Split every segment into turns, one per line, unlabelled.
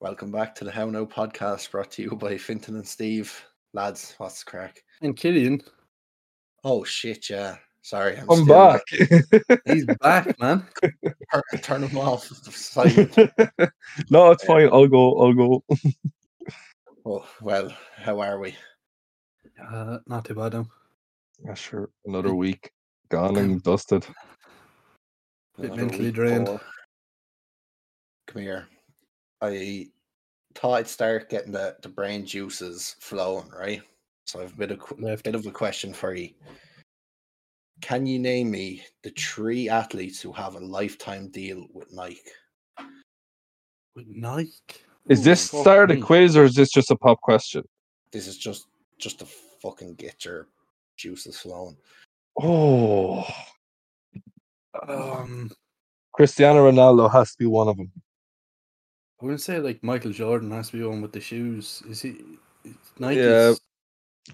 Welcome back to the How No podcast brought to you by Finton and Steve. Lads, what's the crack?
And Killian,
Oh shit, yeah. Sorry, I'm
I'm
still-
back.
he's back, man.
Turn, turn them off. Sorry.
no, it's fine. I'll go. I'll go.
Oh, well, how are we?
Uh, not too bad, though.
Yeah, sure. Another week gone and dusted.
Bit
Another
mentally
week
drained.
more. Come here. I thought I'd start getting the, the brain juices flowing, right? So I've a bit of qu-
Left.
bit of a question for you. Can you name me the three athletes who have a lifetime deal with Nike?
With Nike.
Is
Ooh,
this
fuck
start a
me.
quiz or is this just a pop question?
This is just just to fucking get your juices flowing.
Oh,
Um,
Cristiano Ronaldo has to be one of them.
I wouldn't say like Michael Jordan has to be on with the shoes. Is he? Nike.
Yeah.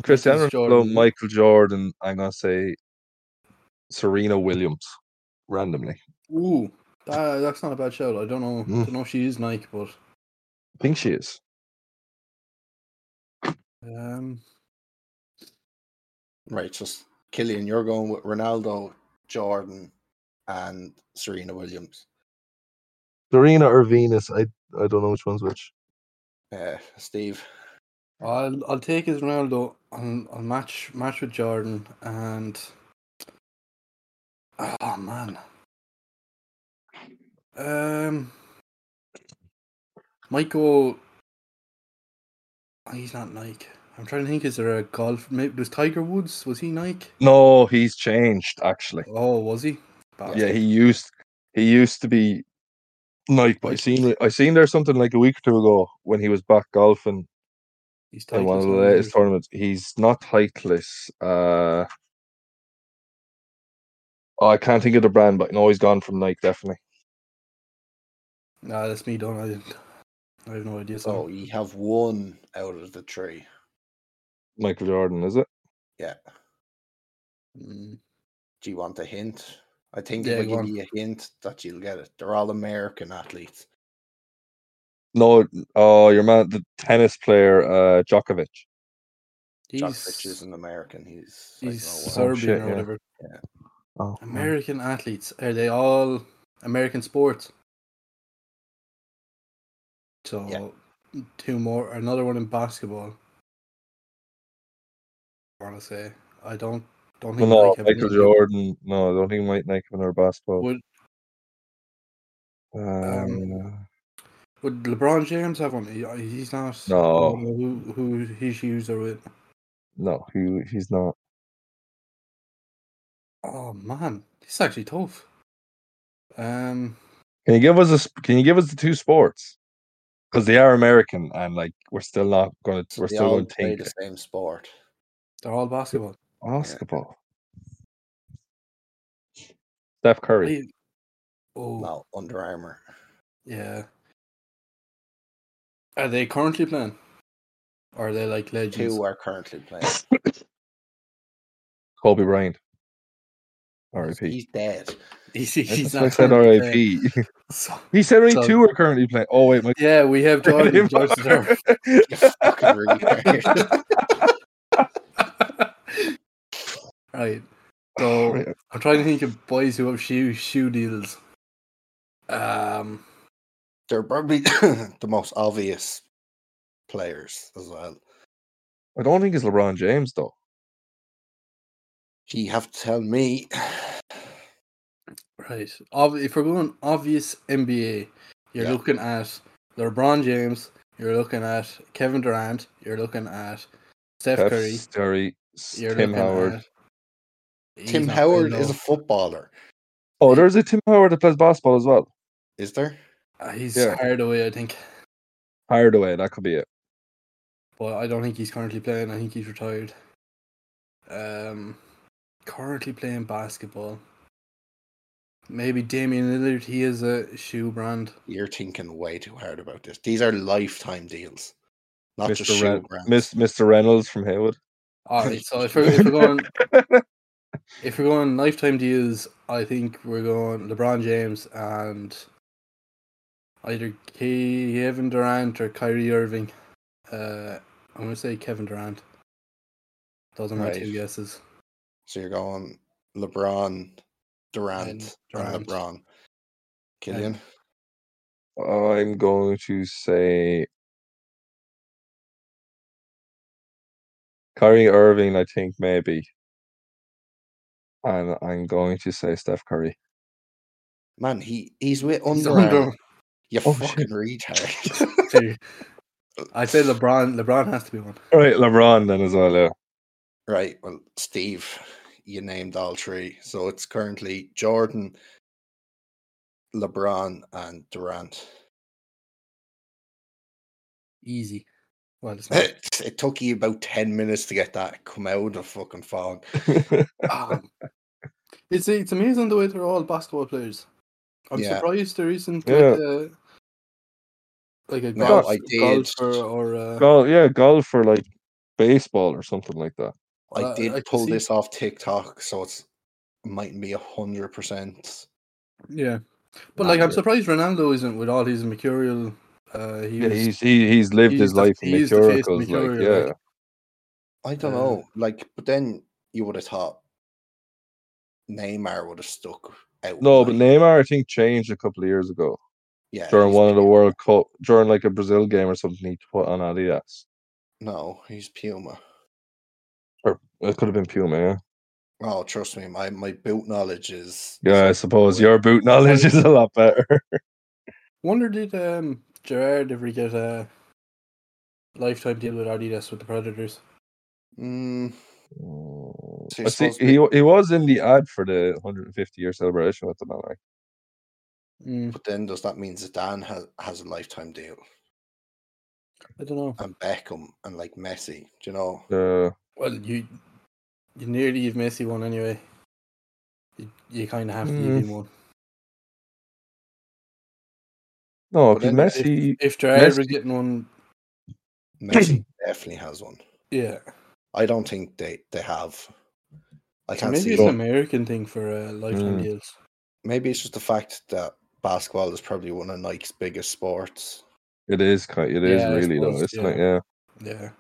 Cristiano Ronaldo,
Jordan.
Michael Jordan. I'm gonna say Serena Williams randomly.
Ooh, that, that's not a bad shout. I don't know.
Mm.
Don't know if she is Nike, but
I think she is.
um,
Right, just Killian, you're going with Ronaldo, Jordan, and Serena Williams.
Serena or Venus. I I don't know which one's which.
Uh, Steve,
I'll I'll take his Ronaldo. I'll, I'll match match with Jordan and. Oh man. Um. Michael. oh, He's not Nike. I'm trying to think. Is there a golf? Maybe was Tiger Woods? Was he Nike?
No, he's changed actually.
Oh, was he?
Yeah, he used he used to be Nike. But I seen I seen there something like a week or two ago when he was back golfing
he's
in one
Tiger's
of the
not
latest
Nike.
tournaments. He's not Titleist. Uh, oh, I can't think of the brand, but no, he's gone from Nike definitely.
Nah, that's me done. I didn't. I have no idea.
so
So
Oh,
Oh,
you have one out of the three.
Michael Jordan, is it?
Yeah.
Mm,
Do you want a hint? I think
Yeah,
if I
go
give
on.
you a hint that you'll get it. They're all American athletes.
No, oh, your man, the tennis player, uh, Djokovic.
Djokovic
he's,
isn't American. He's, I don't
he's
know what-
Serb-
Serbian
shit,
or
yeah.
whatever.
Oh,
Mm. American athletes are they all American sports? So two more, another one in basketball. I want to say I don't don't think
no,
Nike have
Michael
any-
Jordan. No, I don't think Mike Nike have another basketball.
Would
Um,
would LeBron James have one? He- uh, He's not. I
No.
don't know who who his shoes are with?
no, he, he's not.
Oh man, this is actually tough. Um,
Can you give us a? sp- Can you give us the two sports? Because they are American, and like we're still not going to.
so
We're
they
still
all
going to
play
think
the same sport.
they're all basketball.
basketball. Steph Curry.
I- oh
No, Under Armour.
yeah. Are they currently playing? Or are they like legends?
Two are currently playing.
Kobe Bryant. R.I.P.
He's dead.
He's,
That's
he's
why I
not
said
currently playing.
R.I.P.
So-
He said only
So-
two are currently playing. Oh wait, my.
yeah, we have Jordan. Jordan Serve.
Fucking retard.
Right. So
Right.
I'm trying to think of boys who have shoe shoe deals. Um,
They're probably the most obvious players as well.
I don't think it's LeBron James though.
You have to tell me.
right. Ob- if we're going obvious NBA, you're
Yeah.
looking at LeBron James. You're looking at Kevin Durant. You're looking at Steph
Steph
Curry.
Curry, s-
You're
Tim
looking
Howard.
at- He's
Tim
not-
Howard is
no.
a footballer,
Oh, there's a Tim Howard that plays basketball as well.
is there?
Uh, he's
Yeah.
Hardaway, I think,
Hardaway, that could be it.
but I don't think he's currently playing. I think he's retired. Um, currently playing basketball. Maybe Damian Lillard. He is a shoe brand.
You're thinking way too hard about this. These are lifetime deals, not just
Mr.
shoe
Ren-
brands.
Mis- Mr. Reynolds from Haywood.
All right. So if we're, if we're going, if we're going lifetime deals, I think we're going LeBron James and either Kevin Durant or Kyrie Irving. Uh, I'm gonna say Kevin Durant. Those are my
Right.
two guesses.
So you're going LeBron, Durant,
Durant.
and LeBron. Killian,
I'm going to say Kyrie Irving, I think maybe. And I'm going to say Steph Curry.
man, he he's with
He's
Under, Armour.
under-
You
Oh,
fucking
shit.
retard.
Dude, I'd say LeBron. LeBron has to be one.
All right, LeBron then as well. Yeah.
right. Well, Steve, you named all three, so it's currently Jordan, LeBron, and Durant.
Easy. Well, it's not.
it took you about ten minutes to get that come out of the fucking fog.
Um, it's it's amazing the way they're all basketball players. I'm
Yeah.
surprised there isn't
Yeah.
like a like a
No,
golf,
I did.
golfer or uh, a,
Golf, yeah, golf for like baseball or something like that.
I
Uh,
did
I can
pull
see-
this off TikTok, so it's mightn't be a hundred percent.
yeah. But like,
Nah,
I'm
but-
surprised Ronaldo isn't with all his mercurial. Uh, he
Yeah,
was-
he's he, he's lived
he's
his
the-
life in
he's the face of
Mercuricals, like
Mercurial, like-
yeah.
I don't
Uh,
know. Like, but then you would have thought Neymar would have stuck out.
No, but
like-
Neymar I think changed a couple of years ago
yeah,
during
he's-
one of the World Cup during like a Brazil game or something. He put on Adidas.
No, he's Puma.
It could have been Puma. Yeah,
Oh, trust me, my, my boot knowledge is.
yeah. I
is-
suppose
Well-
your boot knowledge is a lot better.
Wonder did um Gerard ever get a lifetime deal with Adidas with the Predators?
Mm,
Mm,
So
I
you're
see,
supposed to
he wa- he was in the ad for the 150 year celebration with the man. Like,
Mm,
but then does that mean Zidane has, has a lifetime deal
I don't know.
and Beckham and like Messi? Do you know?
the-
Well, you you nearly give Messi one anyway. You, you kind of have to
Mm.
give him one.
no,
But
because
then the-
Messi.
If Gerard were
Messi-
getting one,
Messi definitely has one.
yeah.
I don't think they, they have. I
So
can't
maybe
see. Hmm.
it's
it.
an American thing for uh, lifetime
Mm.
deals.
Maybe it's just the fact that basketball is probably one of Nike's biggest sports.
It is kind. It is
Yeah, I
really though.
suppose,
It's
yeah.
like yeah.
Yeah.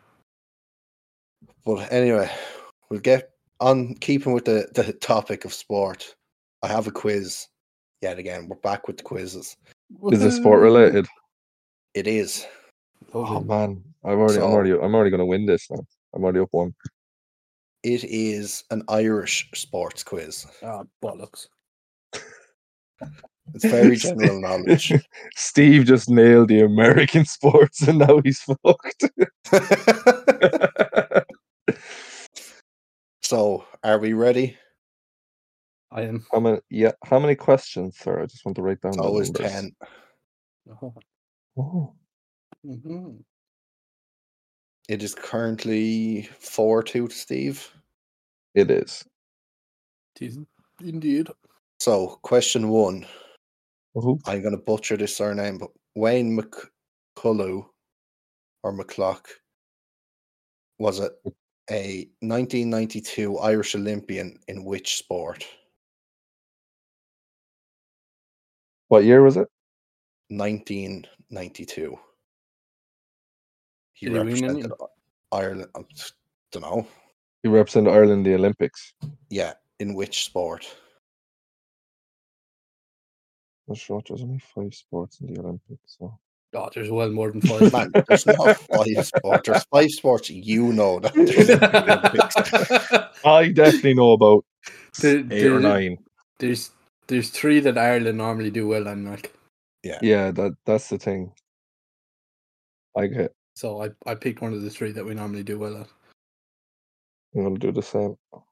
But anyway, we'll get on keeping with the, the topic of sport. I have a quiz yet again. We're back with the quizzes.
Is it sport related?
It is.
Oh
Lovely.
man, I've already,
So-
I'm already, I'm already gonna win this now. I'm already up one.
It is an Irish sports quiz.
Ah, bollocks.
It's very general knowledge.
Steve just nailed the American sports, and now he's fucked.
so, are we ready?
I am.
how many? Yeah, how many questions, sir? I just want to write down.
Oh, It's always
the numbers.
10.
Oh,
Mm-hmm.
It is currently 4 2 to Steve.
it is.
Indeed.
So, question one
Oh,
I'm going to butcher this surname, but Wayne McCullough or McClock was it a 1992 Irish Olympian in which sport?
what year was it?
1992. He
Did he win any?
represented I- Ireland. I don't know.
He represented Ireland in the Olympics.
Yeah, in which sport?
I'm sure there's only five sports in the Olympics. So.
Oh, there's well more than five.
Man, there's not five sports. There's five sports you know that. there's in the Olympics.
I definitely know about
The-
eight or
the-
nine.
there's there's three that Ireland normally do well on, like
Yeah, that that's the thing. I get.
so I, I picked one of the three that we normally do well at.
I'm gonna do the same.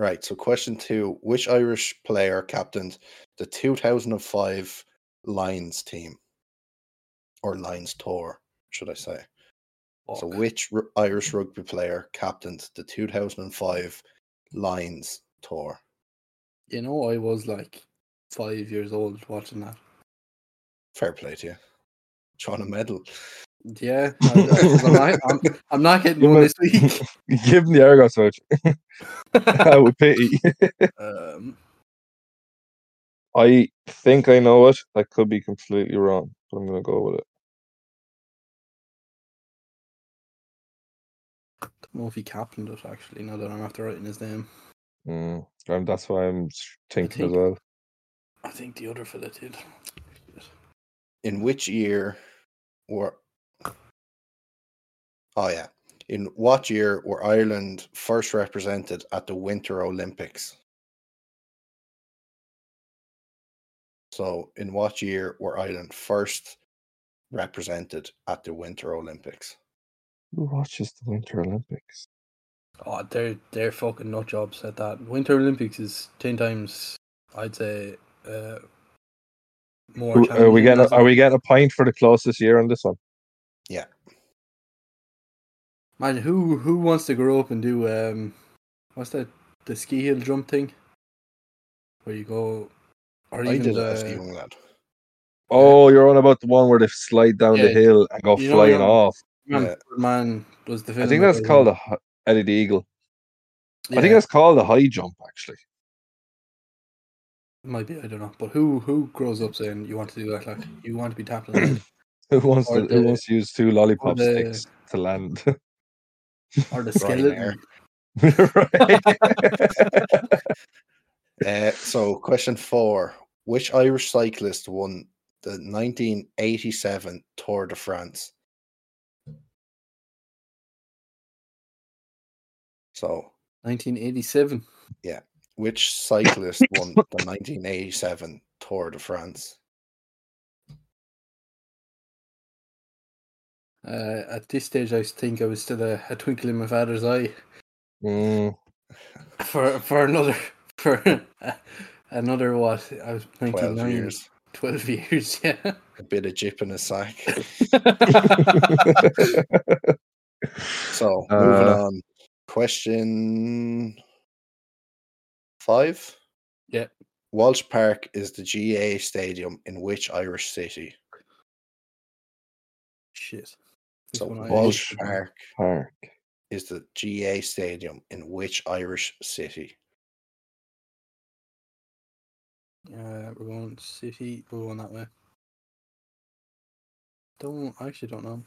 Right. So, question two: Which Irish player captained the 2005 Lions team or Lions tour, should I say? So,
Fuck.
which r- Irish rugby player captained the 2005 Lions tour?
you know, I was like five years old watching that.
Fair play to you. Trying to medal.
Yeah, I, am not, I'm, I'm not getting
You
one
must-
this week.
Give him the Argos voucher. I would pity.
um,
I think I know it. I could be completely wrong, but I'm gonna go with it.
don't know if he captained it actually. Now that I'm after writing his name,
Mm. And that's why I'm s- thinking
think-
as well.
I think the other fella did.
in which year were oh yeah in what year were ireland first represented at the winter olympics so in what year were ireland first represented at the winter olympics
Who watches the Winter Olympics?
Oh, they're they're fucking nut jobs at that. Winter Olympics is ten times, I'd say, uh, more.
Who- Are we
challenging,
getting? A,
doesn't
are
it?
we getting a pint for the closest year on this one?
Man, who who wants to grow up and do um, what's that? The ski hill jump thing, where you go, or
i
even
did it as a
the
young lad
Oh, you're on about the one where they slide down the
Yeah.
hill and go
You know,
flying
yeah.
off.
man,
Yeah.
man was the.
I think that's called a hi- Eddie the Eagle. I think that's called a high jump, actually.
might be. I don't know. But who who grows up saying you want to do that? Like you want to be tackling. that?
Who wants
Or
to? Who
the-
wants to use two lollipop
the-
sticks to land?
or the
Brian Mayer.
skeleton.
right.
Uh, so, question four: Which Irish cyclist won the 1987 Tour de France? So,
1987.
which cyclist won the 1987 Tour de France?
Uh, at this stage, I think I was still a, a twinkle in my father's eye
Mm,
for for another for another what? I was 99.
Twelve years.
12 years. Yeah.
A bit of jip in his sack. So, moving
Uh,
on. Question five.
Yeah.
Walsh Park is the GA stadium in which Irish city?
Shit. This
So,
one I
Walsh
actually-
Park
park.
is the GA Stadium in which Irish city?
Uh, we're going city. We're going that way. Don't I actually don't know.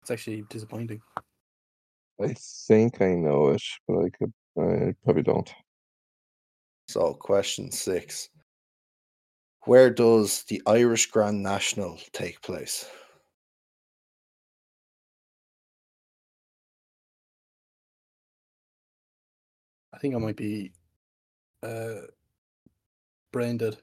It's actually disappointing.
I think I know it, but I could. I probably don't.
So, question six Where does the Irish Grand National take place?
I think I might be uh brain dead.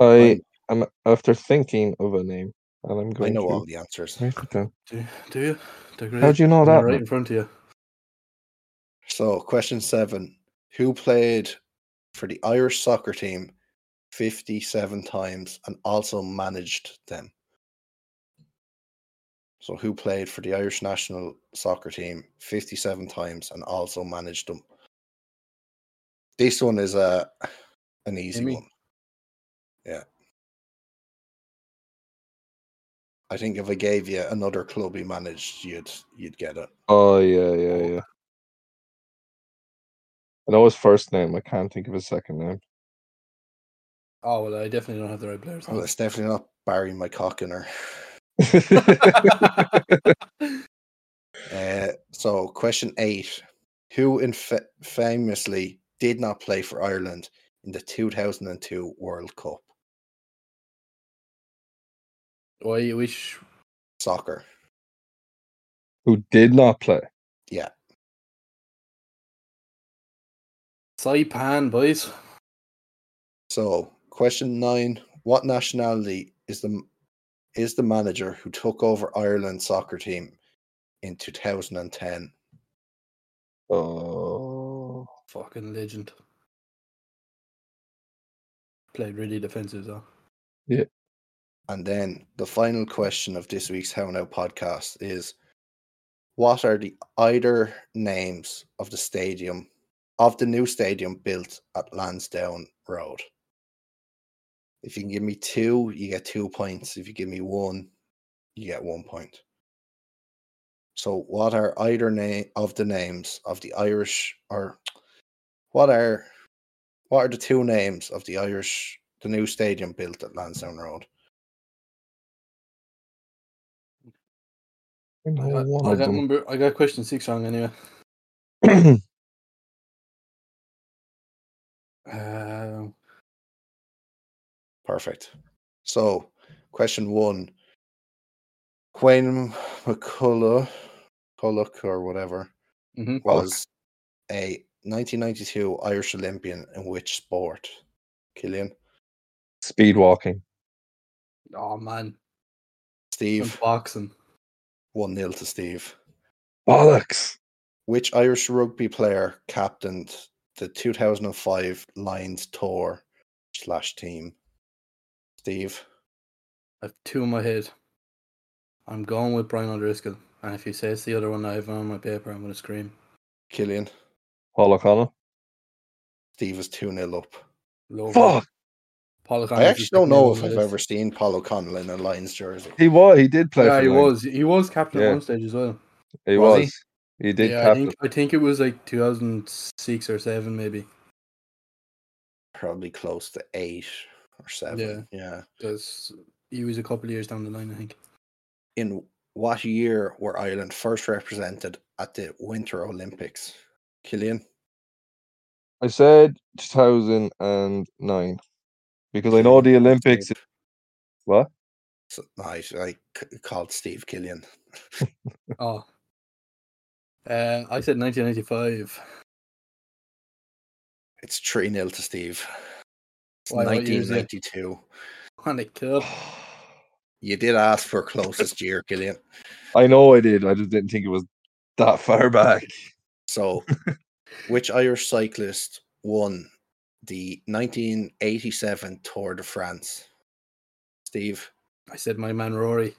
I am after thinking of a name, and I'm
I
going.
know all
to
the answers.
write it down.
Do you? Do you? They're great.
How do you know
They're
that?
right
man?
in front of you.
So, question seven Who played for the Irish soccer team 57 times and also managed them? So, who played for the Irish national soccer team 57 times and also managed them? This one is a, an easy
Jimmy?
one. Yeah. I think if I gave you another club he managed, you'd you'd get it.
Oh yeah, yeah, yeah. I know his first name. I can't think of his second name.
Oh well, I definitely don't have the right players.
Well,
now.
it's definitely not Barry McCockiner. Uh, so, question eight: Who inf- famously did not play for Ireland in the 2002 World Cup
Why you wish?
soccer?
Who did not play?
Saipan boys.
So, question nine: What nationality is the m- is the manager who took over Ireland soccer team in 2010?
Oh,
Fucking legend. Played really defensive though.
And then the final question of this week's How Now podcast is what are the either names of the stadium of the new stadium built at Lansdowne Road? If you can give me two, you get two points. If you give me one, you get one point. So what are either name of the names of the Irish or what are What are the two names of the Irish, the new stadium built at Lansdowne Road?
I know
I got,
one
I
of
got
them.
number. I got question six wrong anyway. Um,
Perfect. So, question one. Wayne McCulloch, Culloch or whatever,
Mhm.
was a 1992 Irish Olympian in which sport? Killian,
Speed walking.
oh man, I'm
Steve,
boxing.
1 0 to Steve.
Bollocks.
Which Irish rugby player captained the 2005 Lions Tour slash team? Steve,
I have two in my head. I'm going with Brian O'Driscoll, and if he says the other one I have on my paper, I'm gonna scream.
Killian,
Paul O'Connell.
Steve is 2 0 up.
Logan.
Fuck.
Paul O'Connell's
I
the
actually don't
second name
know
on
if
my
I've
list.
ever seen Paul O'Connell in a Lions jersey.
He was. He did play.
Yeah,
for
he
Lions.
was. He was captain
Yeah.
at one stage as well.
He
Was
was.
he?
He, did
yeah, I
captain.
think I think it was like 2006 or seven, maybe.
Probably close to eight or seven. yeah.
Because he was a couple of years down the line, I think.
in what year were Ireland first represented at the Winter Olympics? Killian,
I said 2009 because I know
Okay.
the Olympics.
Steve.
What?
So, no, I, I c- called Steve Killian.
Oh. Uh, I said 1995.
It's 3 0 to Steve. It's
Why, what year is it?
1992.
And it killed.
You did ask for closest year, Killian.
I know I did. I just didn't think it was that far back.
So, which Irish cyclist won the 1987 Tour de France? Steve,
I said my man Rory.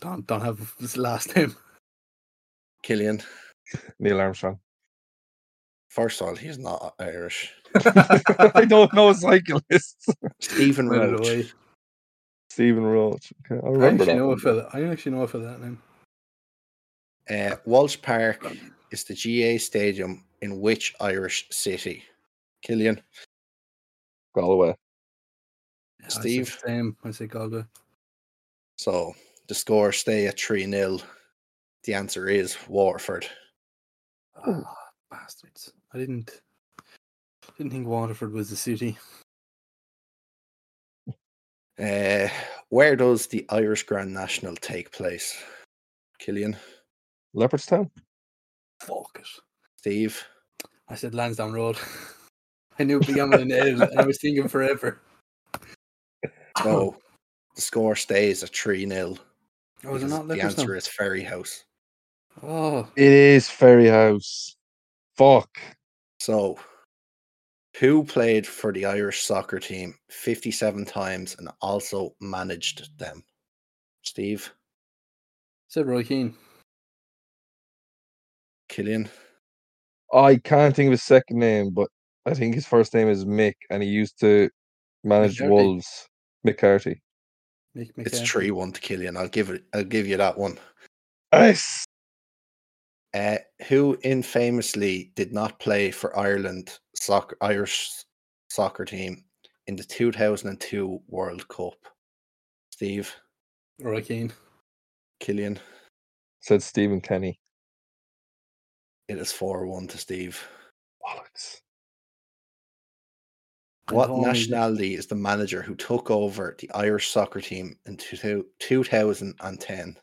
Don't don't have his last name.
Killian.
Neil Armstrong.
First of all, he's not Irish.
I don't know cyclists.
Stephen
Neither do
Roach.
I.
Stephen Roach. Okay,
I
I remember
actually
that.
know a
one.
fella. I actually know a fella that name.
Uh, Walsh Park is the GA stadium in which Irish city? Killian,
Galway.
Yeah, I said
Steve?
the Same. I said Galway.
So the score stay at 3 0. The answer is Waterford.
Oh.
Ah, bastards. I didn't didn't think Waterford was the city.
Uh, where does the Irish Grand National take place? Killian,
Leopardstown.
Fuck it.
Steve,
I said Lansdowne Road. I knew it began with an L and I was thinking forever.
so the score stays at 3 0.
Oh, is it not
The answer
Leopardstown?
is Ferry House.
Oh,
It is Ferry House. Fuck.
So, who played for the Irish soccer team 57 times and also managed them? Steve,
said Roy Keane.
Killian,
I can't think of his second name, but I think his first name is Mick, and he used to manage
McCarthy.
Wolves. McCarthy.
Mick
It's
McCarthy.
three one to Killian. I'll give it. I'll give you that one.
Yes.
Uh, who infamously did not play for Ireland soccer Irish soccer team in the 2002 World Cup? Steve
Roy Keane.
Killian.
Said Stephen Kenny.
It is four one to Steve.
Bollocks.
And
What
Tommy-
nationality is the manager who took over the Irish soccer team in 2000 2010?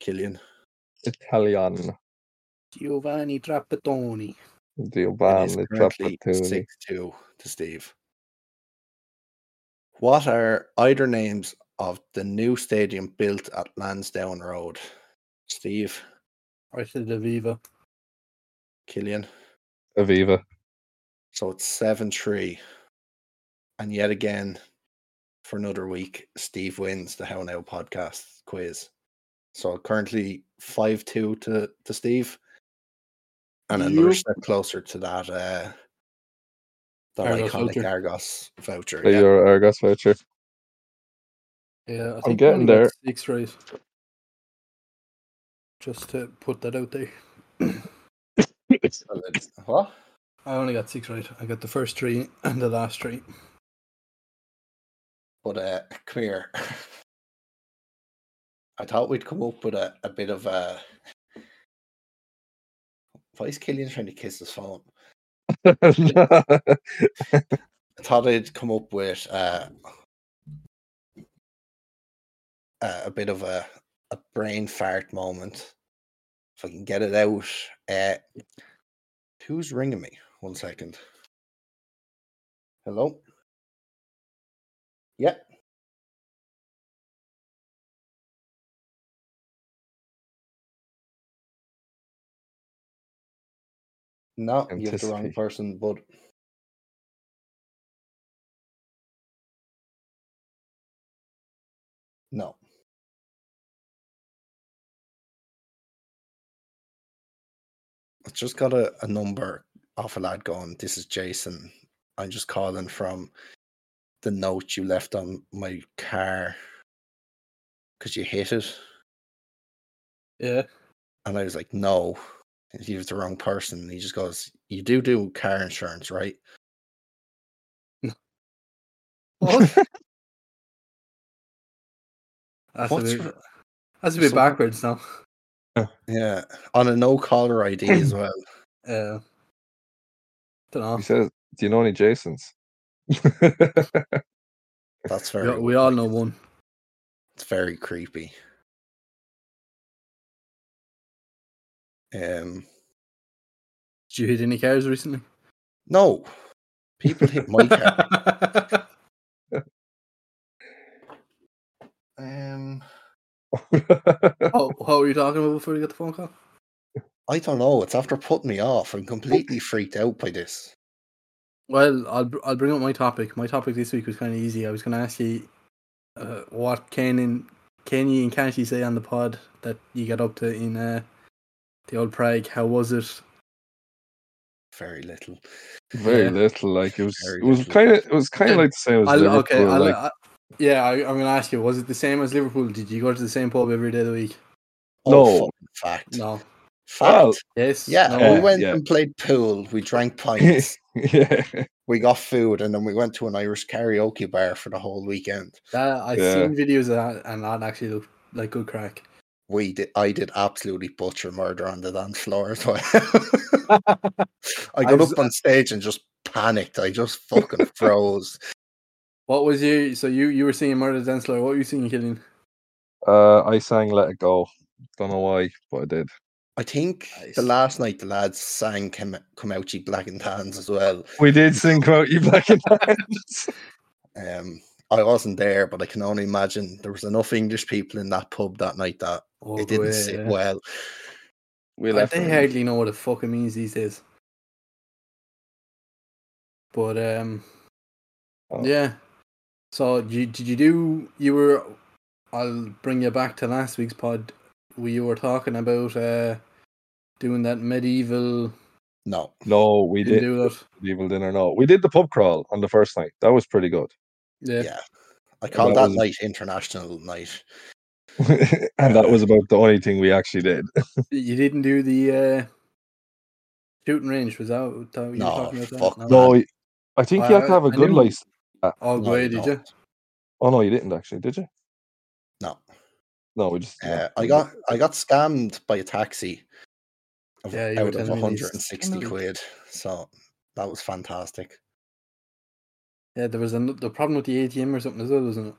Killian.
Italian.
Giovanni Trapattoni.
It is
Giovanni
currently
Trapattoni.
six two to Steve. What are either names of the new stadium built at Lansdowne Road? Steve,
I said Aviva.
Killian.
Aviva.
So it's seven three, and yet again, for another week, Steve wins the How Now podcast quiz. So currently five two to to Steve, and another
Yup.
step closer to that uh, that
Argos
iconic
voucher.
Argos voucher.
Play
yeah.
your Argos voucher.
Yeah, I think we
getting
only got
there.
Six right. Just to put that out there.
Well, it's- What?
I only got six right. I got the first three and the last three.
But uh, come here. I thought we'd come up with a, a bit of a. Why is Killian trying to kiss his phone? I thought I'd come up with uh, uh, a bit of a, a brain fart moment. If I can get it out. Uh, who's ringing me? One second. Hello? Yep. No, you're the wrong
Anticipate.
person, bud. No. I just got a, a number off a lad going, This is Jason. I'm just calling from the note you left on my car because you hit it.
Yeah.
And I was like, No, he was the wrong person. And he just goes, You do do car insurance, right?
That's
What's
a bit,
r-
that's a bit
so-
backwards now.
Yeah, on a no caller ID as well.
Uh, don't
He says, "Do you know any Jasons?" yeah,
That's
know.
very,
We, we all know one.
it's very creepy. Um,
Did you hit any cars recently?
no, people hit my car. Um,
oh, what were you talking about before you got the phone call?
I don't know. It's after putting me off. I'm completely freaked out by this.
Well, I'll br- I'll bring up my topic. My topic this week was kind of easy. I was going to ask you uh, what can and can you and can't you say on the pod that you got up to in uh, the old Prague? How was it?
Very little.
very
Yeah.
little. Like it was,
Very
it was
little.
kind of, it was kind of
Yeah.
like the same as
I'll,
Liverpool.
okay, I'll,
like,
I- yeah, I, I'm going to ask you. Was it the same as Liverpool? Did you go to the same pub every day of the week?
Oh,
No.
fucking fact.
No.
Fact.
Well,
Yes.
yeah,
No.
we
Uh,
went
yeah.
and played pool. We drank pints.
yeah,
we got food, and then we went to an Irish karaoke bar for the whole weekend.
That, I've
Yeah.
seen videos of that, and that actually looked like good crack.
we did I did absolutely butcher murder on the dance floor as well. I got
was-
up on stage and just panicked. I just fucking froze.
What was you? So you you were singing Murder Dance Floor. What were you singing, Killian?
uh, I sang "Let It Go." Don't know why, but I did.
I think
Nice.
the last night the lads sang Come Comouchy Black and Tans as well.
We did sing about you black and hands.
Um I wasn't there, but I can only imagine there was enough English people in that pub that night that
Oh,
it didn't
yeah,
sit
yeah.
well.
We
Like,
left.
they
early.
hardly know what it fucking means these days. But um,
Oh.
yeah. So did you, did you do? You were. I'll bring you back to last week's pod. where you were talking about uh, doing that medieval.
No.
No, we
didn't
did
do that.
medieval dinner. No, we did the pub crawl on the first night. That was pretty good,
Yeah.
Yeah. I called
that
that
was-
night international night.
and that was about the only thing we actually did.
You didn't do the uh, shooting range. Was that what you were
No,
talking about?
fuck
that?
No, y- I think you have to
Uh,
have a
I
good
knew-
license.
Oh,
No,
great,
you
did you?
don't.
Oh no, you didn't actually, did you?
No.
No, we just. no,
Uh, I
we
got I got scammed by a taxi of,
Yeah, you were
out of
telling me these.
160 quid. So that was fantastic.
Yeah, there was a, the problem with the ATM or something as well, wasn't it?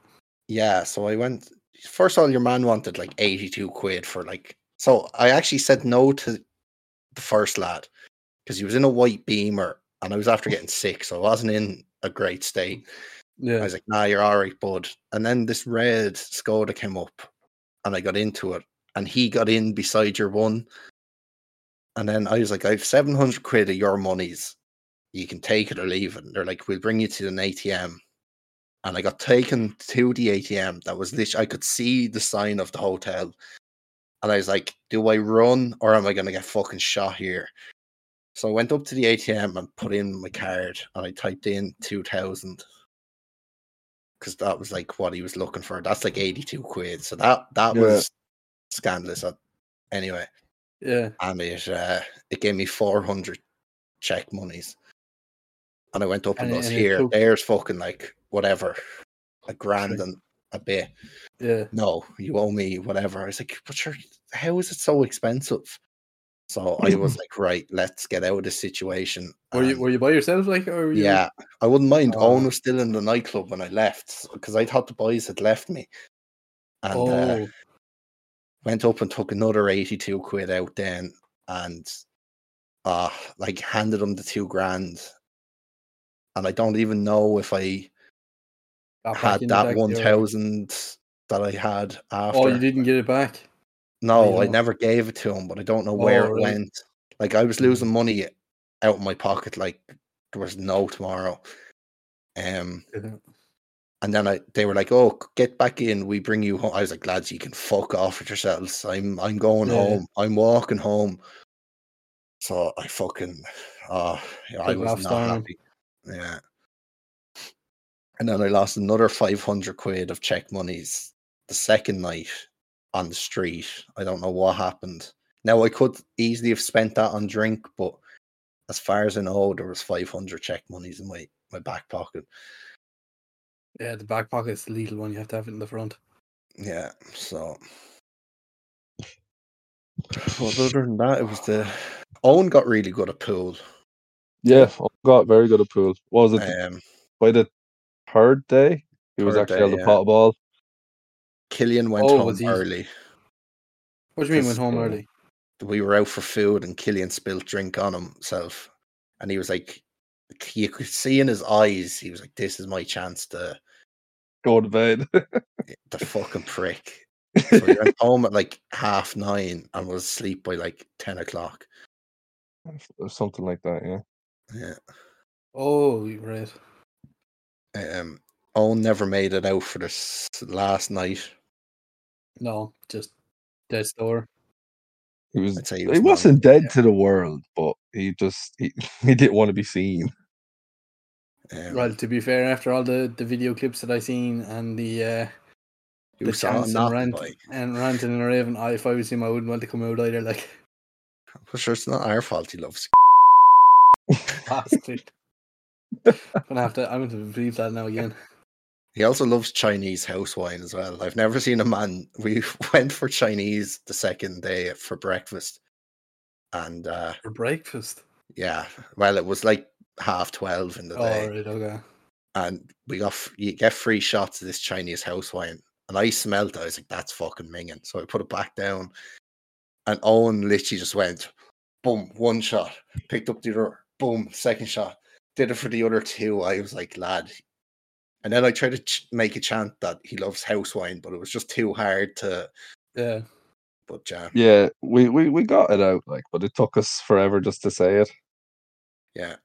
Yeah, so I went first of all your man wanted like 82 quid for like so I actually said no to the first lad because he was in a white beamer and I was after getting sick, so I wasn't in a great state. I
Yeah.
was like, nah, you're all right, bud. And then this red Skoda came up and I got into it. And he got in beside your one. And then I was like, I have 700 quid of your monies. You can take it or leave it. And they're like, we'll bring you to an ATM. And I got taken to the ATM. That was literally, I could see the sign of the hotel. And I was like, do I run or am I going to get fucking shot here? So I went up to the ATM and put in my card and I typed in 2000 because that was like what he was looking for. That's like eighty two quid. So that that
Yeah.
was scandalous. uh, Anyway,
Yeah.
and it uh, it gave me four hundred check monies. And I went up and,
And it-
goes,
and it
here,
took-
there's fucking like whatever, a grand and a bit.
Yeah.
No, you owe me whatever. I was like, but sure, how is it so expensive? So I was like, right, let's get out of this situation.
Were you
and-
were you by yourself like or were you
Um, yeah, I wouldn't mind.
Oh.
Owen was still in the nightclub when I left because I thought the boys had left me. And
Oh,
uh, went up and took another 82 quid out then and uh like handed him the two grand and i don't even know if i
got back
had
in the
that
deck,
one
you're-
thousand that i had after
Oh, you didn't get it back.
no i
know.
never gave it to him but i don't know where
Oh,
it
really? Mm.
went like i was losing money out of my pocket like there was no tomorrow um
Yeah.
and then I, they were like, "Oh, c- get back in. We bring you home." I was like, "Lads, you can fuck off with yourselves. I'm, I'm going
Yeah.
home. I'm walking home." So I fucking, uh, yeah, I
Took
was
off
not
storm.
happy. Yeah. And then I lost another five hundred quid of check monies the second night on the street. I don't know what happened. Now I could easily have spent that on drink, but as far as I know, there was five hundred check monies in my my back pocket.
Yeah, the back pocket's the lethal one. You have to have it in the front.
Yeah, so Well, other than that, it was the Owen got really good at pool.
Yeah, I got very good at pool. Was it
Um,
by the third day? He was
Third
actually
day,
on the
yeah.
pot of ball.
Killian went
Oh,
home
was he-
early.
What do you mean went
Just,
home
uh,
early?
We were out for food, and Killian spilled drink on himself, and he was like, you could see in his eyes, he was like, "This is my chance to
Go to bed.
the fucking prick." So he went home at like half nine and was asleep by like ten o'clock.
or something like that, yeah.
Yeah.
Oh, right.
Um, Owen never made it out for this last night.
No, just dead store.
He was
I'd say
he,
he was not
was not
really
dead to the world, but he just he, he didn't want to be seen.
Um,
Well, to be fair, after all the, the video clips that I seen and the uh,
he
the
was on
chance and
nothing,
rant
like.
and ranting and raving, I, if I was him, I wouldn't want to come out either. Like,
I'm sure it's not our fault he loves
bastard. I'm gonna have to. I'm gonna believe that now again.
He also loves Chinese house wine as well. I've never seen a man. We went for Chinese the second day for breakfast, and uh,
For breakfast.
yeah, well, it was like half twelve in the
Oh,
day,
right, okay.
and we got f- you get free shots of this Chinese house wine, and I smelled it. I was like, "That's fucking minging," so I put it back down, and Owen literally just went, boom, one shot, picked up the other, boom, second shot, did it for the other two. I was like, lad. And then I tried to ch- make a chant that he loves house wine, but it was just too hard to.
Yeah.
But yeah,
Yeah, we, we we got it out like, but it took us forever just to say it.
yeah.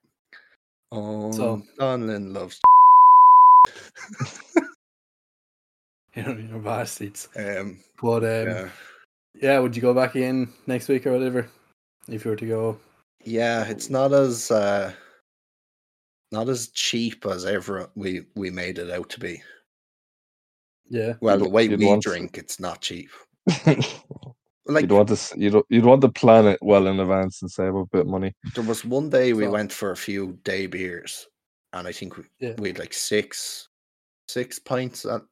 Oh, Donlin loves.
You know, you're bastards.
Um,
But um, yeah.
yeah.
would you go back in next week or whatever? If you were to go,
yeah, it's not as uh, not as cheap as ever we we made it out to be.
yeah,
Well, the
You'd-
way
you'd
we
want-
drink, it's not cheap.
you'd
Like
want to s- you'd you'd want to plan it well in advance and save a bit of money.
There was one day we
So-
went for a few day beers, and I think we,
Yeah.
we had like six, six pints at,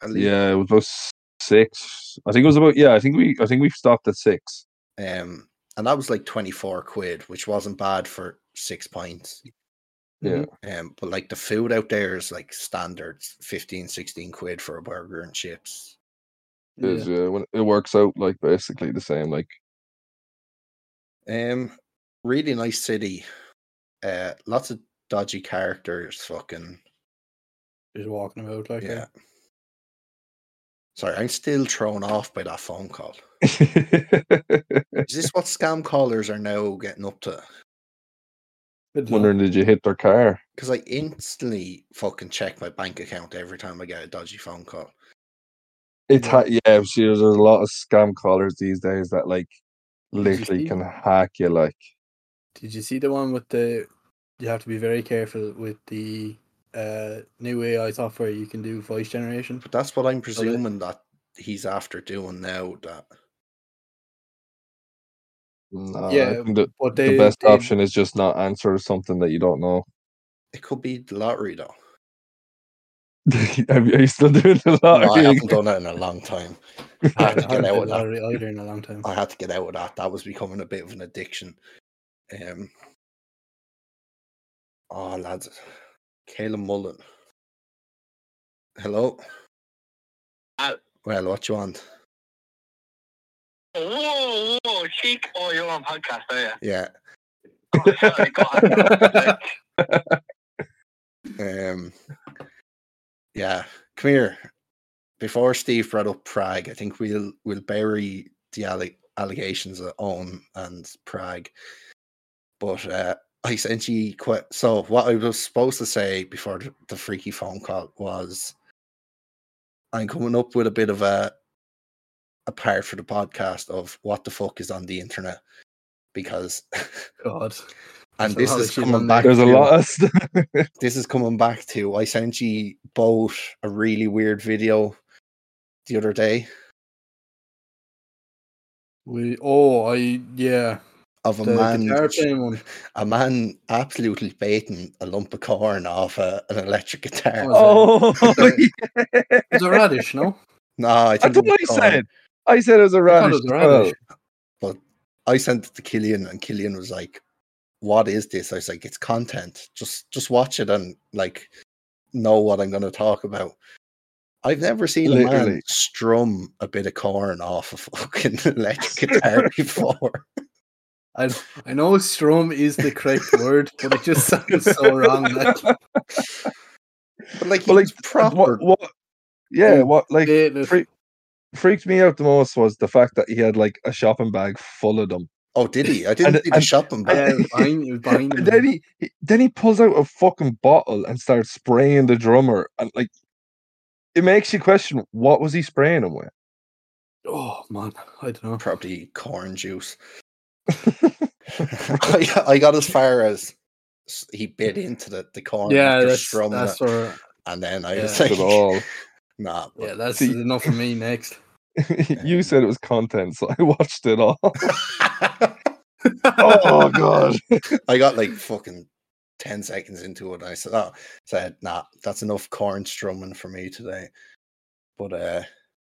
at least.
Yeah, it was about six. I think it was about yeah. I think we I think we stopped at six.
Um, and that was like twenty four quid, which wasn't bad for six pints.
Yeah,
Um, but like the food out there is like standard 15, 16 quid for a burger and chips.
Mm-hmm.
it, is, yeah. when it works out like basically the same. Like
Um, really nice city. Uh, lots of dodgy characters. Fucking
just walking about like uh,
yeah.
yeah.
Sorry, I'm still thrown off by that phone call. Is this what scam callers are now getting up to?
wondering did you hit their car?
Because I instantly fucking check my bank account every time I get a dodgy phone call.
It
Yeah.
ha- yeah, see, there's a lot of scam callers these days that like
you
literally
see-
can hack you. Like,
Did you see the one with the? You have to be very careful with the uh new AI software. You can do voice generation.
But that's what I'm presuming that he's after doing now. That
Nah, I
Yeah,
think the,
But they,
the best
they-
option is just not answer something that you don't know.
It could be the lottery though.
Have you- Are you still doing the
No, I
lottery?
haven't done that in a long time.
I
I had to
haven't
get out
played
of that.
lottery either in a long time.
I had to get out of that. That was becoming a bit of an addiction. Um. Oh lads, Caleb Mullen. Hello.
Hello.
Well, what you want?
Whoa, whoa, cheek! Oh, you're on podcast, are you?
Yeah.
Oh, sorry, go on.
Um. Yeah. Come here. Before Steve brought up Prague, I think we'll we'll bury the alle- allegations of Owen and Prague. But uh, I sent you quite. So what I was supposed to say before the, the freaky phone call was, I'm coming up with a bit of a a part for the podcast of what the fuck is on the internet because
God.
and
There's
this
a lot of
is
shit
coming
on
back
There's a
to-
lot of stuff.
this is coming back to I sent you both a really weird video the other day
We oh I yeah
of a
the guitar
Oh, man
playing one.
a man absolutely baiting a lump of corn off a, an electric guitar.
Oh,
Oh, yeah.
It's a radish, no?
no, I
that's
think it
what I
was corn,
said. I said it was a
I thought it
radish. uh,
was a
as well.
radish.
I sent it to Killian and Killian was like, What is this? I was like, It's content. Just just watch it and like know what I'm gonna talk about. I've never seen a man
Literally.
strum a bit of corn off a fucking electric guitar before.
I, I know strum is the correct word, but it just sounds so wrong. Like
But like, he
Well, like,
was
uh,
proper.
What, what, yeah,
Oh,
what like
bait it.
freak, freaked me out the most was the fact that he had like a shopping bag full of them.
Oh, did he? I didn't
And-
see the
and-
shopping
yeah,
bag.
it was behind, it was behind
And
him.
then he, he- then he pulls out a fucking bottle and starts spraying the drummer, and like it makes you question what was he spraying him with.
Oh man, I don't know.
Probably corn juice. I, I got as far as s- he bit into the, the corn
Yeah,
after
that's
strumming
that's
it,
for
and then I
yeah.
was
At
like,
all,
"Nah, but
yeah, that's
See-
enough for me next.
you said it was content, so I watched it all. oh god,
I got like fucking ten seconds into it, and I said, "Oh, said nah, that's enough corn strumming for me today." But uh,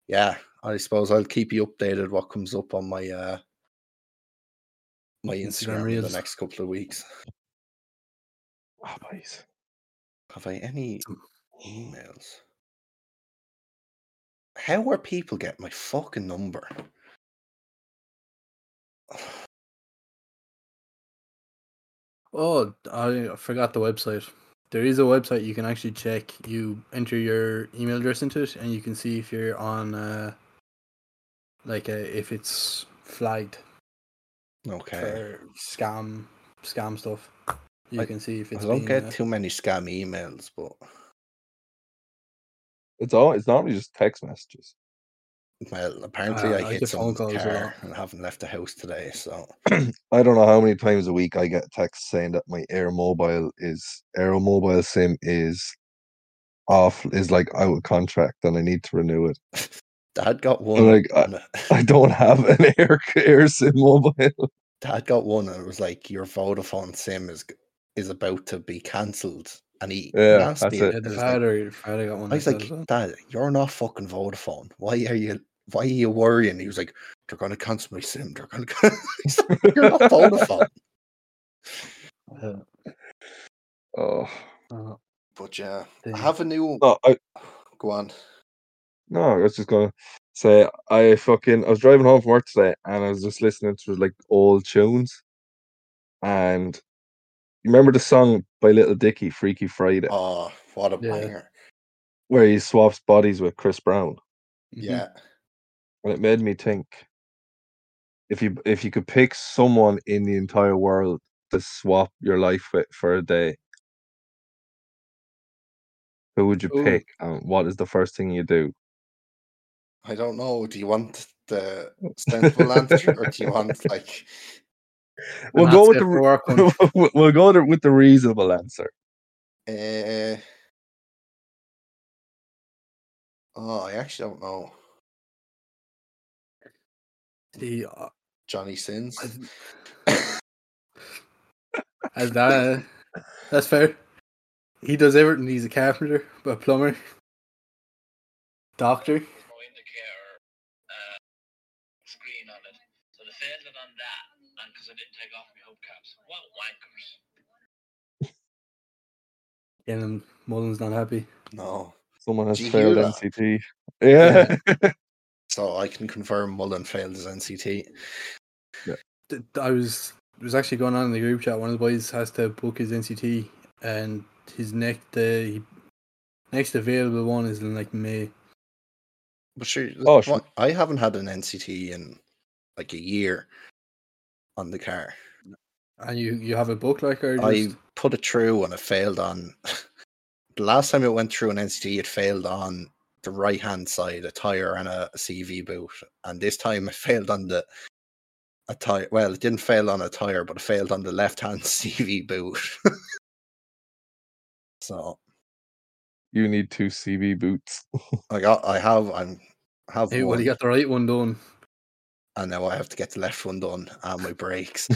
yeah, I suppose I'll keep you updated what comes up on my uh my
Instagram
Instagram in the
Reels.
next couple of weeks.
oh, boys.
Have I any
Mm.
emails? How are people getting my fucking number?
Oh, I forgot the website. There is a website you can actually check. You enter your email address into it, and you can see if you're on, uh, like, uh if it's flagged
Okay.
for scam, scam stuff. You
I-
can see if
I
it's.
don't
been, uh,
get too many scam emails, but
It's all. It's normally just text messages.
well, apparently
Uh,
I
I
hit
get phone
someone's
calls a
car
lot.
and haven't left the house today. So
I don't know how many times a week I get texts saying that my Air Mobile is Air Mobile sim is off is like out of contract and I need to renew it.
Dad
Oh
got one.
Like, I-
and-
I don't have an Air Air sim mobile.
Dad got one, and it was like your Vodafone sim is g- is about to be cancelled, and he
Yeah,
asked
that's
me,
it.
Yeah,
I
the
was like-
father, father got one.
I was
that as well.
like, Dad, you're not fucking Vodafone. Why are you? Why are you worrying? He was like, They're gonna cancel my sim. They're gonna. Cancel. You're not Vodafone.
Uh,
oh
uh,
But yeah,
Yeah.
I have a new.
no, I
Go on.
no, I was just gonna say I fucking I was driving home from work today and I was just listening to like old tunes. And you remember the song by Little Dicky, Freaky Friday,
Oh, what a
Yeah.
banger!
where he swaps bodies with Chris Brown?
mhm.
Yeah,
and it made me think if you if you could pick someone in the entire world to swap your life with for a day who would you
Ooh.
pick and what is the first thing you do
I don't know. Do you want the sensible answer, or do you want like?
mm-hmm.
we'll
And
go
that's
with
it
the
for
re-
work one.
we'll- we'll go to- with the reasonable answer
Uh, oh, I actually don't know.
See, uh,
Johnny Sins.
As- As that, uh, that's fair. He does everything. He's a carpenter, a plumber, doctor.
no indicator uh, screen on it. So they failed it on that, and because I didn't take off my hubcaps. What wankers!
And then Mullen's not happy.
No.
Someone has
Did you
failed
hear that?
NCT. Yeah.
So I can confirm Mullen failed his NCT.
Th- I was it was actually going on in the group chat. One of the boys has to book his NCT, and his next the next available one is in like May.
But sure,
Oh,
what- I haven't had an NCT in like a year on the car.
And you you have a book like or
I
just-
put it through and it failed on. the last time it went through an NCT, it failed on the right hand side, a tire and a CV boot. And this time it failed on the a tire. Well, it didn't fail on a tire, but it failed on the left hand CV boot. so
you need two CB boots.
I got, I have, I'm have
Hey, well,
one,
you got the right one done.
and now I have to get the left one done and my brakes.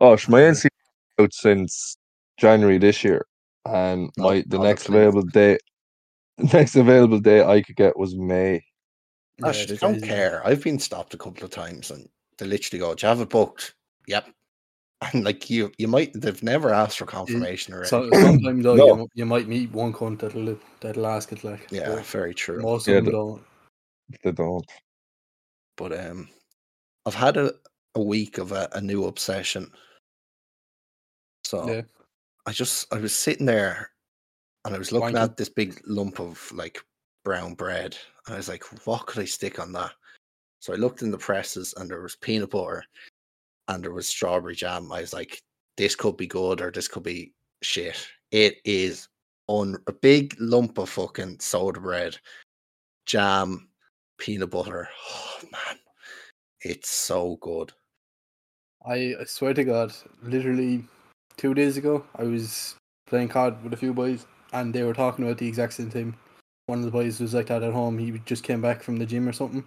Oh, sh- my NCT out since January this year, and
Oh,
my the
oh,
next
that's nice.
available day, the next available day I could get was May.
I
Yeah,
just
this
don't
is-
care. I've been stopped a couple of times and they literally go, Do you have it booked? Yep. And like you you might they've never asked for confirmation or
Mm. So,
anything.
sometimes though,
No.
you, mi- you might meet one cunt that'll that'll ask it like.
Yeah,
but
very true.
Most
Yeah,
of them
the-
don't.
They don't.
But um I've had a, a week of a, a new obsession. So
Yeah.
I just I was sitting there and I was looking
Wanking.
at this big lump of like brown bread. And I was like, what could I stick on that? So I looked in the presses and there was peanut butter and there was strawberry jam. I was like, this could be good or this could be shit. It is on a big lump of fucking soda bread, jam, peanut butter. Oh man, it's so good.
I, I swear to God, literally two days ago, I was playing COD with a few boys, and they were talking about the exact same thing. One of the boys was like that at home. He just came back from the gym or something,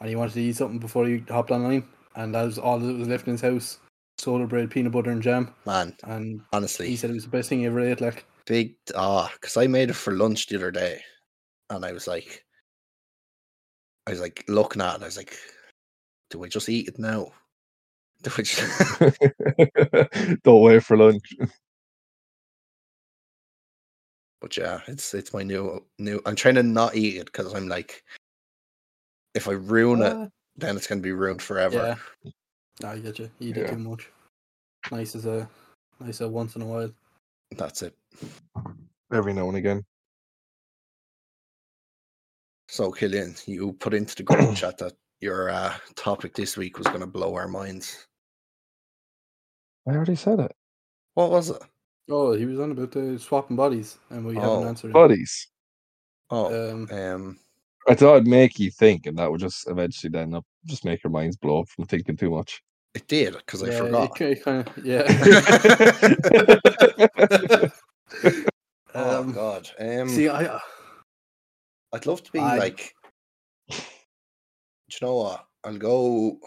and he wanted to eat something before he hopped online, and that was all that was left in his house: soda bread, peanut butter, and jam.
Man,
And he
honestly,
said it was the best thing he ever ate. Like,
big ah because i made it for lunch the other day and i was like i was like looking at it i was like do i just eat it now do I just-"
don't wait for lunch.
but yeah it's it's my new new i'm trying to not eat it because i'm like if i ruin it
"Ah,
then it's going to be ruined forever
I get you. Eat
Yeah.
it too much. Nice as a nice a once in a while.
that's it
Every now and again.
so killian you put into the group chat that your uh, topic this week was going to blow our minds
I already said it.
what was it
Oh, he was on about the swapping bodies, and we
Oh,
haven't answered it.
Bodies.
oh
Um,
um
I thought I'd make you think, and that would just eventually then up, just make your minds blow up from thinking too much.
it did because i
yeah,
forgot
It, kind of, yeah.
oh
Um,
god um
See, I, uh,
I'd love to be
I-
like. Do you know what? I'll go.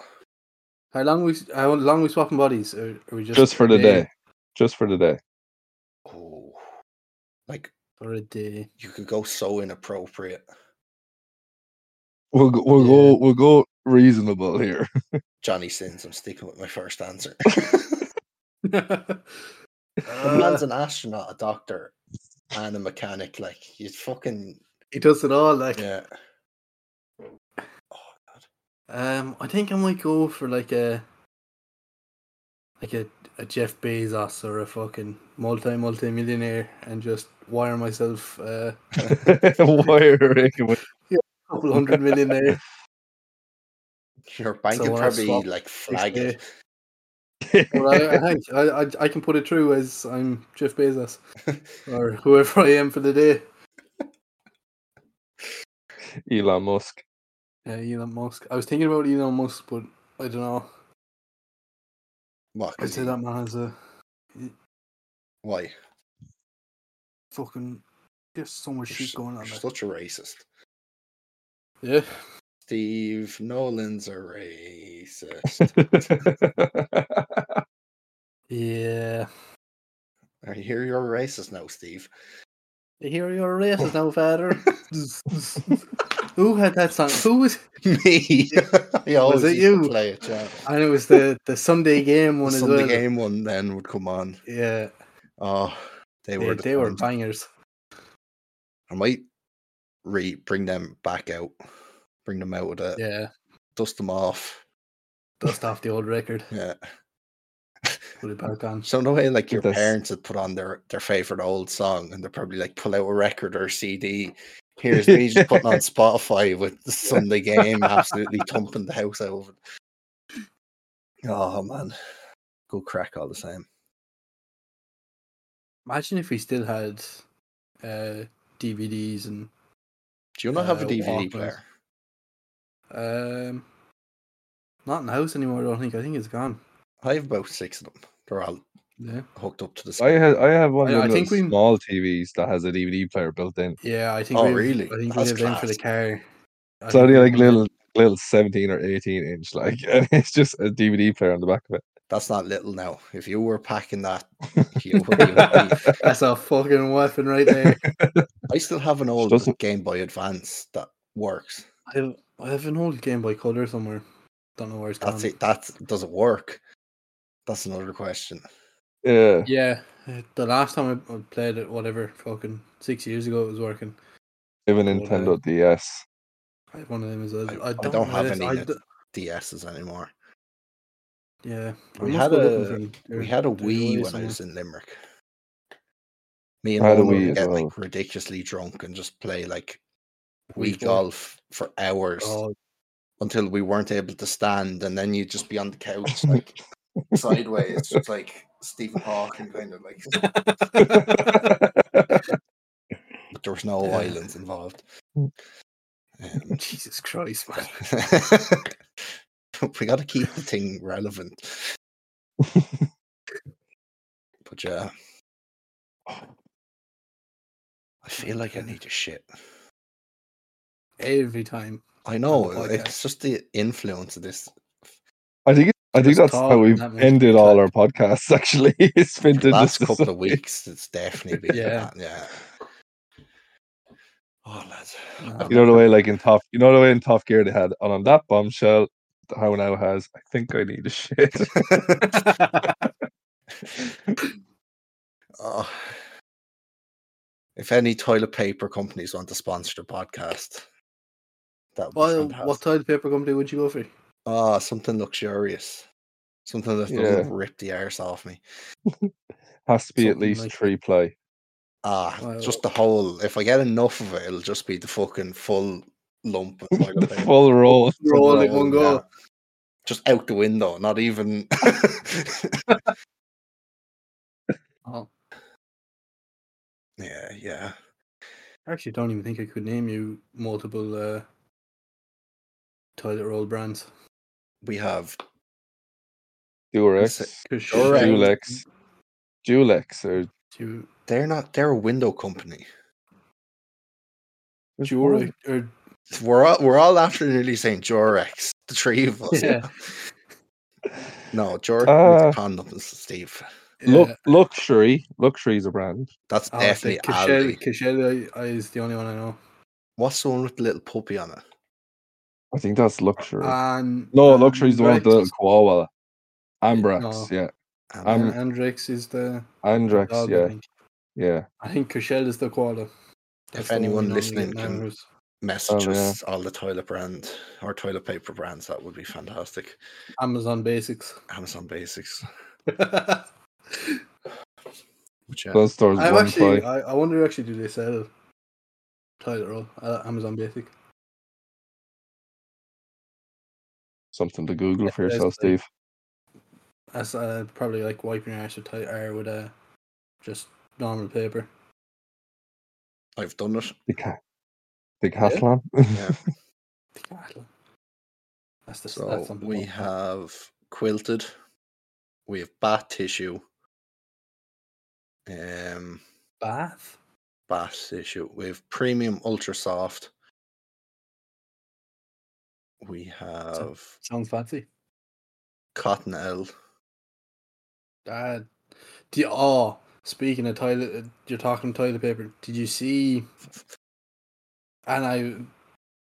how long we how long we swapping bodies? Or are we just
Just, for the day. Just for the day.
Oh, like
For a day.
you could go so inappropriate.
We'll go, we'll
Yeah.
go we'll go reasonable here.
Johnny Sins. I'm sticking with my first answer. the
Uh,
man's an astronaut, a doctor, and a mechanic. Like he's fucking
he does it all. Like,
yeah.
um, I think I might go for like a like a, a Jeff Bezos or a fucking multi multi millionaire and just wire myself uh,
Wiring.
a couple hundred million there.
Your bank
So
would
when I
probably
swap
like flag it.
Well, I, I, I, I- I can put it through as I'm Jeff Bezos or whoever I am for the day.
Elon Musk.
Yeah, Elon Musk. I was thinking about Elon Musk, but I don't know.
What?
I um,
'cause
say
he-
that man has a
Why?
fucking just so much
You're
shit
s-
going on.
you're
Like.
such a racist.
Yeah,
Steve Nolan's a racist.
Yeah.
I hear you're a racist now, Steve.
You hear you're a racist now, father. Who had that song? Who was
Me. I always
it
used to
you?
Play it, yeah.
I know it was the, the Sunday game one
The
as
Sunday
well.
game one then would come on.
Yeah.
Oh, they
They,
were. the
they were
times.
bangers.
I might re bring them back out, bring them out with it,
Yeah.
dust them off.
Dust off the old record.
Yeah.
Put it back on.
So in a way, like your
That's-
parents would put on their their favorite old song, and they're probably like pull out a record or CD. Here's me just putting on Spotify with the Sunday game, absolutely thumping the house out of it. Oh man, good crack all the same.
Imagine if we still had uh, DVDs and
Do you not have a
Uh,
DVD
Walkmans.
player?
um, not in the house anymore. I don't think. I think it's gone.
I have about six of them. They're all
Yeah.
hooked up to the.
I
screen.
had I have one
I-
of
I
them
think
little
we-
small TVs that has a DVD player built in.
Yeah. I think.
Oh,
we have-
really?
I think
That's
we have them for the
class.
car. I
It's
think
only
we
like
have them.
little little seventeen or eighteen inch, like, and it's just a DVD player on the back of it.
That's not little now. If you were packing that, you would be.
That's a fucking weapon right there.
I still have an old
doesn't-
Game Boy Advance that works.
I have, I have an old Game Boy Color somewhere. Don't know where it's gone.
Um
That's it. That does it work? That's another question.
Yeah,
Yeah, uh, the last time I I played it, whatever, fucking six years ago, it was working.
I have a
Well, uh,
Nintendo DS.
I have one of them as well.
I-
I,
I
don't,
don't
know
have
this-
any
I
that-
d-
DSs anymore.
yeah, I
We
must
had
go
a-
looking for
uh,
them. They're-
We had a Wii
they're away
when I
somewhere.
was in Limerick. Me and
I had a
Mona would
Wii as
get
well.
like ridiculously drunk and just play like Wii
Sport.
golf for hours
Oh,
until we weren't able to stand, and then you'd just be on the couch like sideways, just like Stephen Hawking kind of like. But there was no
Yeah.
islands involved.
Mm.
Um,
Jesus Christ, man!
we got to keep the thing relevant. but yeah, I feel like I need to shit.
Every time.
I know
the podcast.
it's just the influence of this.
I think it- I think
Just
that's how
talking
we've
that much
ended all
time.
our podcasts. Actually, it's been to
Last
this-
couple of weeks, it's definitely been
Yeah.
that. Yeah. Oh, lads.
No.
I'm
You know the
not-
way, like in Top, you know the way in Top Gear they had, and on that bombshell, how now has. I think I need a shit.
Oh. If any toilet paper companies want to sponsor the podcast, that would
Well,
be
what
fantastic.
type of paper company would you go for?
Ah, something luxurious. Something that doesn't rip the arse off me.
Has to be at
Something
least
like that.
three ply.
Ah,
Well-
just the whole. If I get enough of it, it'll just be the fucking full lump. of toilet
the
paper.
full roll.
Roll
Full
in
roll,
one go.
yeah. Just out the window, not even.
Oh,
yeah, yeah.
I actually don't even think I could name you multiple uh, toilet roll brands.
We have
Durex,
Correct.
Dulex, Dulex, or
Ju-
They're not. They're a window company.
Jura or
We're all we're all after nearly saying Jorex. The three of us.
Yeah.
No, Jorex
Uh,
Ah.
makes condoms, Steve.
Look,
yeah.
luxury, luxury is a brand.
That's
Oh, I
definitely
said Cashel,
E.
Aldi.
Cashel I- I is the only one I know.
What's the one with the little puppy on it?
I think that's luxury.
Uh, And um,
no, luxury is the one with the
Andrex-
little koala. Ambrax,
no.
yeah.
And uh,
Um,
Oh, yeah, Andrex is the
Andrax,
dog, I
yeah,
think.
yeah.
I think Cashel is the koala.
if
the one we
anyone
normally get
listening
now,
can
who's-
message
Oh, yeah.
us all the toilet brand or toilet paper brands, that would be fantastic.
Amazon Basics.
Amazon Basics. Which, uh, yeah.
Those stores
I've
one
actually, uh,
ply.
I, I wonder actually, do they sell toilet roll at Amazon Basic?
Something to Google for
There's
yourself,
the-
Steve.
That's uh, probably like wiping your ass with toilet or with uh, just normal paper.
I've done it.
Deca- Decathlon.
Yeah.
That's the that's
So
something
we
like that.
have quilted, we have bath tissue, um,
bath.
bath tissue, we have premium ultra soft, We have
Sounds fancy.
Cotton L.
Uh, do you, oh, speaking of toilet, uh, you're talking toilet paper. Did you see? And I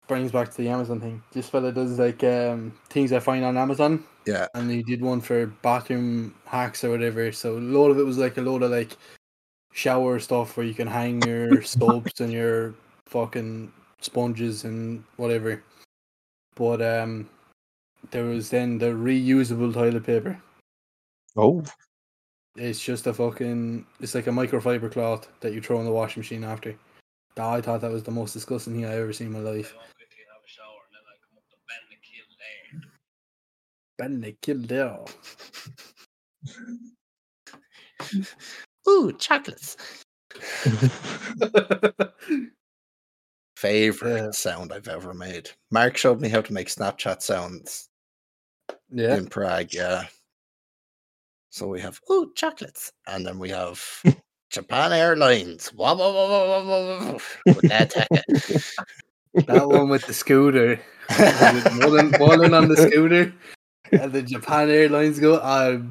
brings back to the Amazon thing. This fella does like um things I find on Amazon.
Yeah.
And he did one for bathroom hacks or whatever. So a lot of it was like a load of like shower stuff where you can hang your soaps and your fucking sponges and whatever. But um, there was then the reusable toilet paper.
Oh,
It's just a fucking. It's like a microfiber cloth that you throw in the washing machine after. That- I thought that was the most disgusting thing I ever seen in my
I
life.
go and quickly and have a shower and then I come up to bend the kill there.
Ben, they killed it all.
Ooh, chocolates. Favorite
Yeah.
sound I've ever made. Mark showed me how to make Snapchat sounds
Yeah.
in Prague. Yeah. So we have ooh chocolates, and then we have Japan Airlines. Wah, wah, wah, wah, wah, wah, wah, wah, with that ticket.
That one with the scooter. Mullen, Mullen on the scooter. And the Japan Airlines go. I,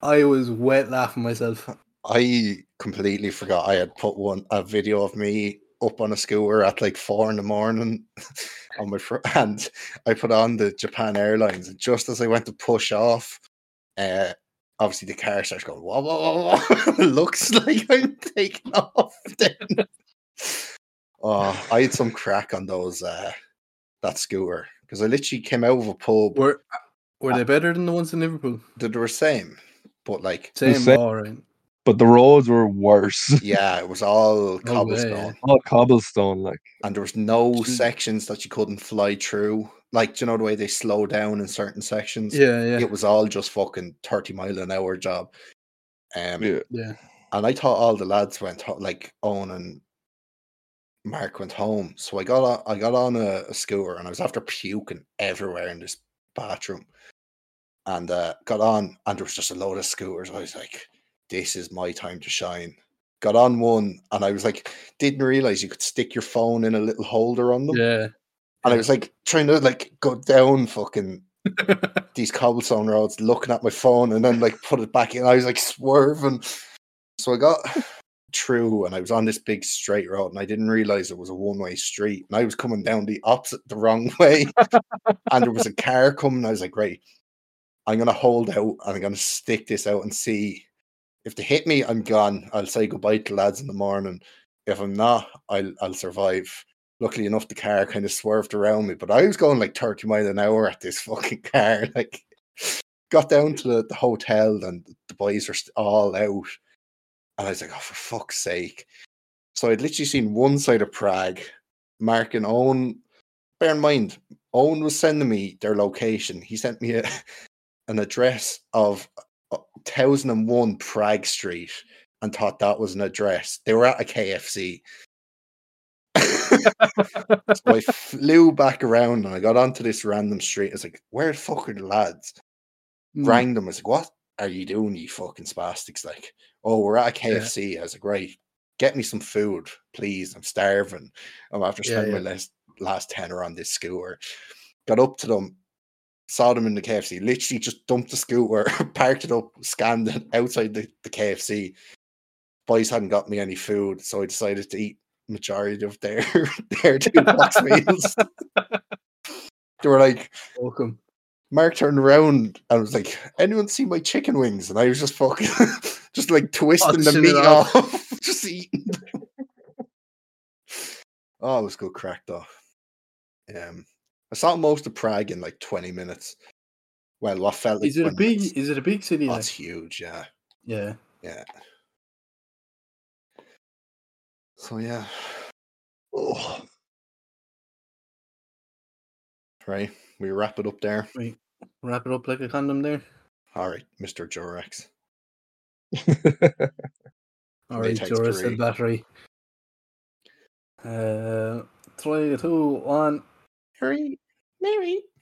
I was wet laughing myself.
I completely forgot I had put one a video of me up on a scooter at like four in the morning on my fr- and I put on the Japan Airlines and just as I went to push off, uh obviously the car starts going whoa whoa whoa whoa it looks like I'm taking off then. oh I had some crack on those uh that scooter because I literally came out of a pub
Were, were they better than the ones in Liverpool?
they were same but like
Same.
same.
All right.
but the roads were worse.
yeah it was all
yeah.
cobblestone
All cobblestone, like
and there was no
Mm.
sections that you couldn't fly through. Like, do you know the way they slow down in certain sections?
Yeah, yeah,
It was all just fucking 30 mile an hour job. Um,
yeah.
yeah.
And I thought all the lads went, ho- like, Owen and Mark went home. So I got on, I got on a, a scooter and I was after puking everywhere in this bathroom. And uh, got on, and there was just a load of scooters. I was like, this is my time to shine. Got on one, and I was like, didn't realize you could stick your phone in a little holder on them
Yeah.
and I
Yeah.
was like trying to like go down fucking these cobblestone roads, looking at my phone, and then like put it back in. I was like swerving, so I got through, and I was on this big straight road, and I didn't realize it was a one way street, and I was coming down the opposite, the wrong way, and there was a car coming. I was like, right, I'm gonna hold out, and I'm gonna stick this out and see if they hit me, I'm gone. I'll say goodbye to lads in the morning. If I'm not, I'll I'll survive. Luckily enough, the car kind of swerved around me, but I was going like 30 mile an hour at this fucking car. Like, got down to the, the hotel and the boys were st- all out, and I was like, oh for fuck's sake! So I'd literally seen one side of Prague. Mark and Owen. Bear in mind, Owen was sending me their location. He sent me a, an address of uh, 1001 Prague Street and thought that was an address. They were at a KFC. so I flew back around and I got onto this random street. I was like, where the fuck are the lads?
Mm.
Rang them. I was like, what are you doing, you fucking spastics? Like, oh, we're at a
Yeah.
KFC. I was like, right, get me some food, please. I'm starving. I'm after
Yeah,
spending
yeah.
my last, last tenner on this scooter. Got up to them, saw them in the KFC, literally just dumped the scooter, parked it up, scanned it outside the, the KFC. Boys hadn't got me any food, so I decided to eat majority of their their two box meals. they were like,
Welcome.
Mark turned around and was like, anyone see my chicken wings? And I was just fucking just like twisting the
Punching it
meat
off.
off. just eating. them. oh, it was good crack though. Um I saw most of Prague in like 20 minutes. Well, what felt like
Is it a
20
big?
minutes.
Is it a big city?
Oh,
like?
it's huge, yeah.
Yeah.
So yeah.
Oh,
Right. We wrap it up there.
Wrap it up like a condom there.
All right, Mr. Jorex.
All right,
Latex
Joris
three.
and battery. Uh, three, two, one.
Harry, Mary.